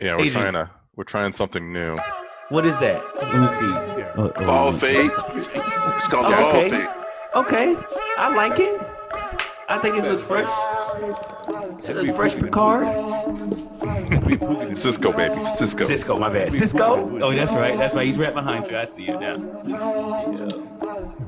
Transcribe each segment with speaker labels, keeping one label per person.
Speaker 1: Yeah, we're
Speaker 2: Adrian.
Speaker 1: trying to we're trying something new.
Speaker 2: What is that? Let me see.
Speaker 3: Uh, uh,
Speaker 4: Ball fade. It's called the
Speaker 2: Okay.
Speaker 4: ball fade.
Speaker 2: Okay, I like it. I think it looks fresh. It looks fresh, Picard.
Speaker 1: Cisco baby, Cisco.
Speaker 2: Cisco, my bad. Cisco. Oh, that's right. That's right. He's right behind you. I see you now.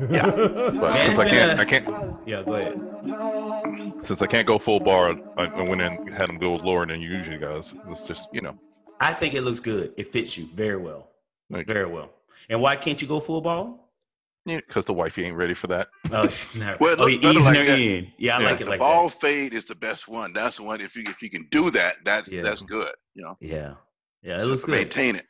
Speaker 1: But since I can't, I can't,
Speaker 2: Yeah, go ahead.
Speaker 1: since I can't go full bar, I, I went and had him go lower than you usually guys. It's just you know,
Speaker 2: I think it looks good. It fits you very well.
Speaker 1: Thank you.
Speaker 2: Very well. And why can't you go full ball?
Speaker 1: because the wifey ain't ready for that.
Speaker 2: Oh, no.
Speaker 4: Well, it
Speaker 2: oh,
Speaker 4: looks
Speaker 2: you're
Speaker 4: better
Speaker 2: easing
Speaker 4: like
Speaker 2: her
Speaker 4: that.
Speaker 2: in. Yeah, I
Speaker 1: Yeah.
Speaker 2: like it
Speaker 4: the
Speaker 2: like uh,
Speaker 4: ball
Speaker 2: that.
Speaker 4: fade is the best one. That's the one. If you if you can do that, that's
Speaker 2: Yeah.
Speaker 4: that's good. You know,
Speaker 2: Yeah. Yeah, it looks good.
Speaker 4: maintain it.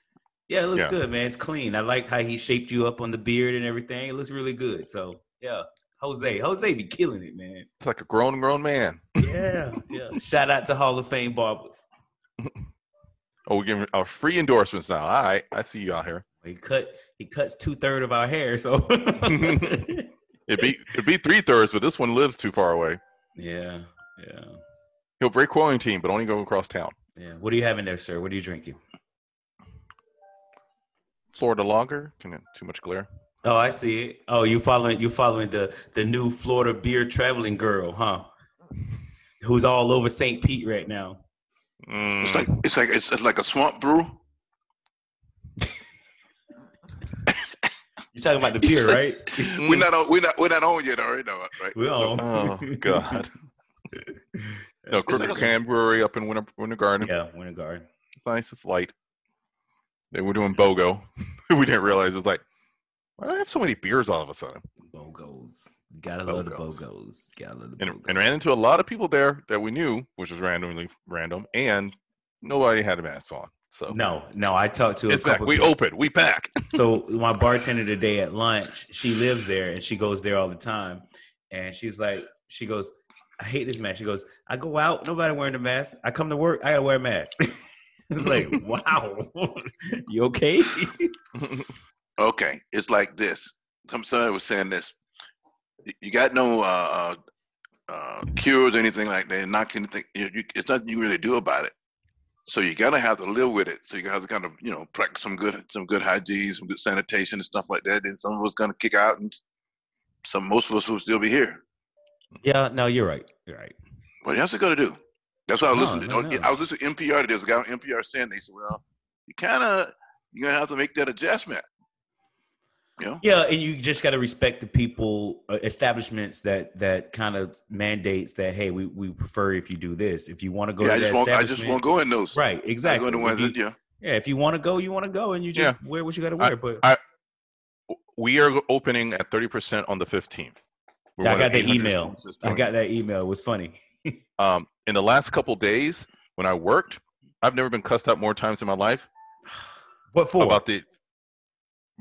Speaker 2: Yeah, it looks
Speaker 1: Yeah.
Speaker 2: good, man. It's clean. I like how he shaped you up on the beard and everything. It looks really good. So, yeah. Jose, Jose be killing it, man.
Speaker 1: It's like a grown grown man.
Speaker 2: Yeah, yeah. Shout out to Hall of Fame barbers.
Speaker 1: Oh, we're giving our free endorsements now. All right, I see you out here.
Speaker 2: He cut he cuts two third of our hair, so
Speaker 1: It'd be it'd be three thirds, but this one lives too far away.
Speaker 2: yeah, yeah,
Speaker 1: He'll break quarantine, but only go across town.
Speaker 2: yeah. What are you having there, sir? What are you drinking?
Speaker 1: Florida lager. Can it, too much glare?
Speaker 2: Oh, I see it. Oh, you following you following the the new Florida beer traveling girl, huh? Who's all over St. Pete right now?
Speaker 1: Mm,
Speaker 4: It's like it's like it's, it's like a swamp brew.
Speaker 2: You're talking about the beer, right?
Speaker 1: Mm.
Speaker 4: We're
Speaker 2: Mm-hmm.
Speaker 4: not on, we're not we're not on yet. Already know it, right?
Speaker 2: We all.
Speaker 1: oh God. no,
Speaker 4: It's like
Speaker 1: Crooked
Speaker 4: a-
Speaker 1: Can Brewery up in Winter Winter Garden.
Speaker 2: Yeah, Winter Garden.
Speaker 1: It's nice. It's light. They were doing BOGO. we didn't realize it's like, why do I have so many beers all of a sudden?
Speaker 2: Bogos. Gotta love the
Speaker 1: Bogos.
Speaker 2: bogos. Gotta love the
Speaker 1: And,
Speaker 2: bogos.
Speaker 1: and ran into a lot of people there that we knew, which was randomly random, and nobody had a mask on. So
Speaker 2: no, no, I talked to a
Speaker 1: it's back.
Speaker 2: couple.
Speaker 1: We
Speaker 2: people-
Speaker 1: open. We pack.
Speaker 2: so my bartender today at lunch, she lives there and she goes there all the time. And she was like, she goes, I hate this mask. She goes, I go out, nobody wearing a mask. I come to work, I gotta wear a mask. it's like, wow, you okay?
Speaker 4: Okay, it's like this. Some somebody was saying this. Y- You got no uh, uh, cures or anything like that. and Not anything. You, you, it's nothing you can really do about it. So you gotta have to live with it. So you gotta have to kind of you know practice some good some good hygiene, some good sanitation and stuff like that. And some of us gonna kick out, and some most of us will still be here.
Speaker 2: yeah, no, you're right. You're right.
Speaker 4: What else you gonna do? That's what I
Speaker 2: No,
Speaker 4: listened
Speaker 2: no,
Speaker 4: to.
Speaker 2: no.
Speaker 4: I was listening to NPR. There was a guy on NPR saying they said, "Well, you kind of you're gonna have to make that adjustment." You know.
Speaker 2: Yeah, and you just got to respect the people, uh, establishments that that kind of mandates that. Hey, we, we prefer if you do this. If you want to go
Speaker 4: yeah,
Speaker 2: to
Speaker 4: I
Speaker 2: that
Speaker 4: just won't. I just
Speaker 2: establishment-
Speaker 4: won't go in those.
Speaker 2: Right,
Speaker 4: I
Speaker 2: exactly.
Speaker 4: go in the
Speaker 2: If
Speaker 4: ones
Speaker 2: you-
Speaker 4: that yeah.
Speaker 2: yeah, if you want to go, you want to go, and you just wear what you got to wear. but
Speaker 1: We are opening at 30% on the 15th. We're
Speaker 2: Yeah,
Speaker 1: one
Speaker 2: I
Speaker 1: of
Speaker 2: got the
Speaker 1: 800
Speaker 2: email.
Speaker 1: schools that's
Speaker 2: I
Speaker 1: doing
Speaker 2: got that email. It was funny.
Speaker 1: um, in the last couple days when I worked, I've never been cussed out more times in my life
Speaker 2: What for?
Speaker 1: about the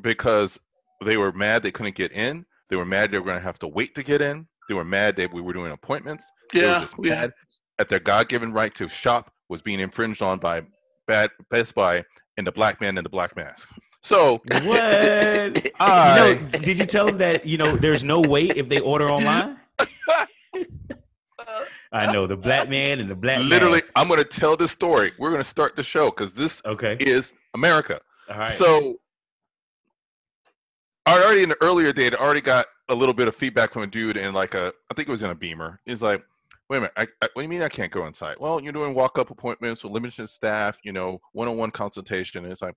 Speaker 1: because they were mad they couldn't get in. They were mad they were going to have to wait to get in. They were mad that we were doing appointments. They were
Speaker 4: Yeah,
Speaker 1: just
Speaker 4: yeah.
Speaker 1: mad that their God-given right to shop was being infringed on by Bad Best Buy and the black man in the black mask. So
Speaker 2: what?
Speaker 1: I
Speaker 2: no, did you tell them that you know there's no wait if they order online? I know the black man and the black
Speaker 1: literally,
Speaker 2: mask.
Speaker 1: I'm going to tell this story. We're going to start the show because this
Speaker 2: Okay,
Speaker 1: is America.
Speaker 2: all right.
Speaker 1: So, I already in the earlier date, I already got a little bit of feedback from a dude in like a, I think it was in a Beamer. He's like, "Wait a minute, I, I, what do you mean I can't go inside?" Well, you're doing walk-up appointments with limited staff, you know, one-on-one consultation. And it's like,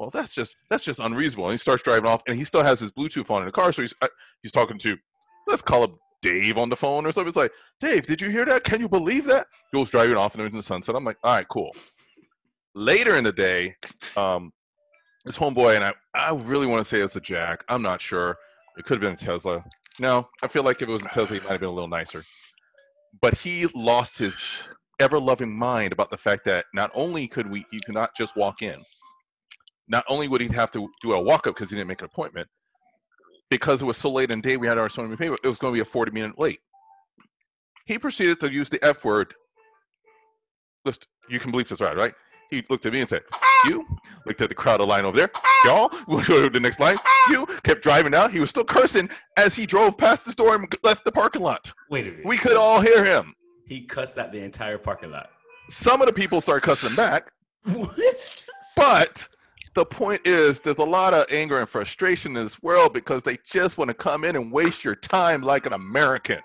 Speaker 1: well, that's just that's just unreasonable. And he starts driving off, and he still has his Bluetooth on in the car, so he's I, he's talking to, let's call him Dave on the phone or something. It's like, Dave, did you hear that? Can you believe that? He was driving off, and it was in the sunset. I'm like, all right, cool. Later in the day, um, this homeboy and I, I really want to say it's a Jack. I'm not sure. It could have been a Tesla. No, I feel like if it was a Tesla, he might have been a little nicer. But he lost his ever loving mind about the fact that not only could we, you could not just walk in. Not only would he have to do a walk up because he didn't make an appointment, because it was so late in the day, we had our so many people. It was going to be a 40 minute wait. He proceeded to use the F word. Just, you can believe this, right? Right? He looked at me and said, "You." Looked at the crowd of line over there. Y'all, we'll go to the next line. You kept driving out. He was still cursing as he drove past the store and left the parking lot.
Speaker 2: wait a minute.
Speaker 1: We could all hear him.
Speaker 2: He cussed out the entire parking lot.
Speaker 1: Some of the people started cussing back.
Speaker 2: What?
Speaker 1: But the point is, there's a lot of anger and frustration in this world because they just want to come in and waste your time like an American.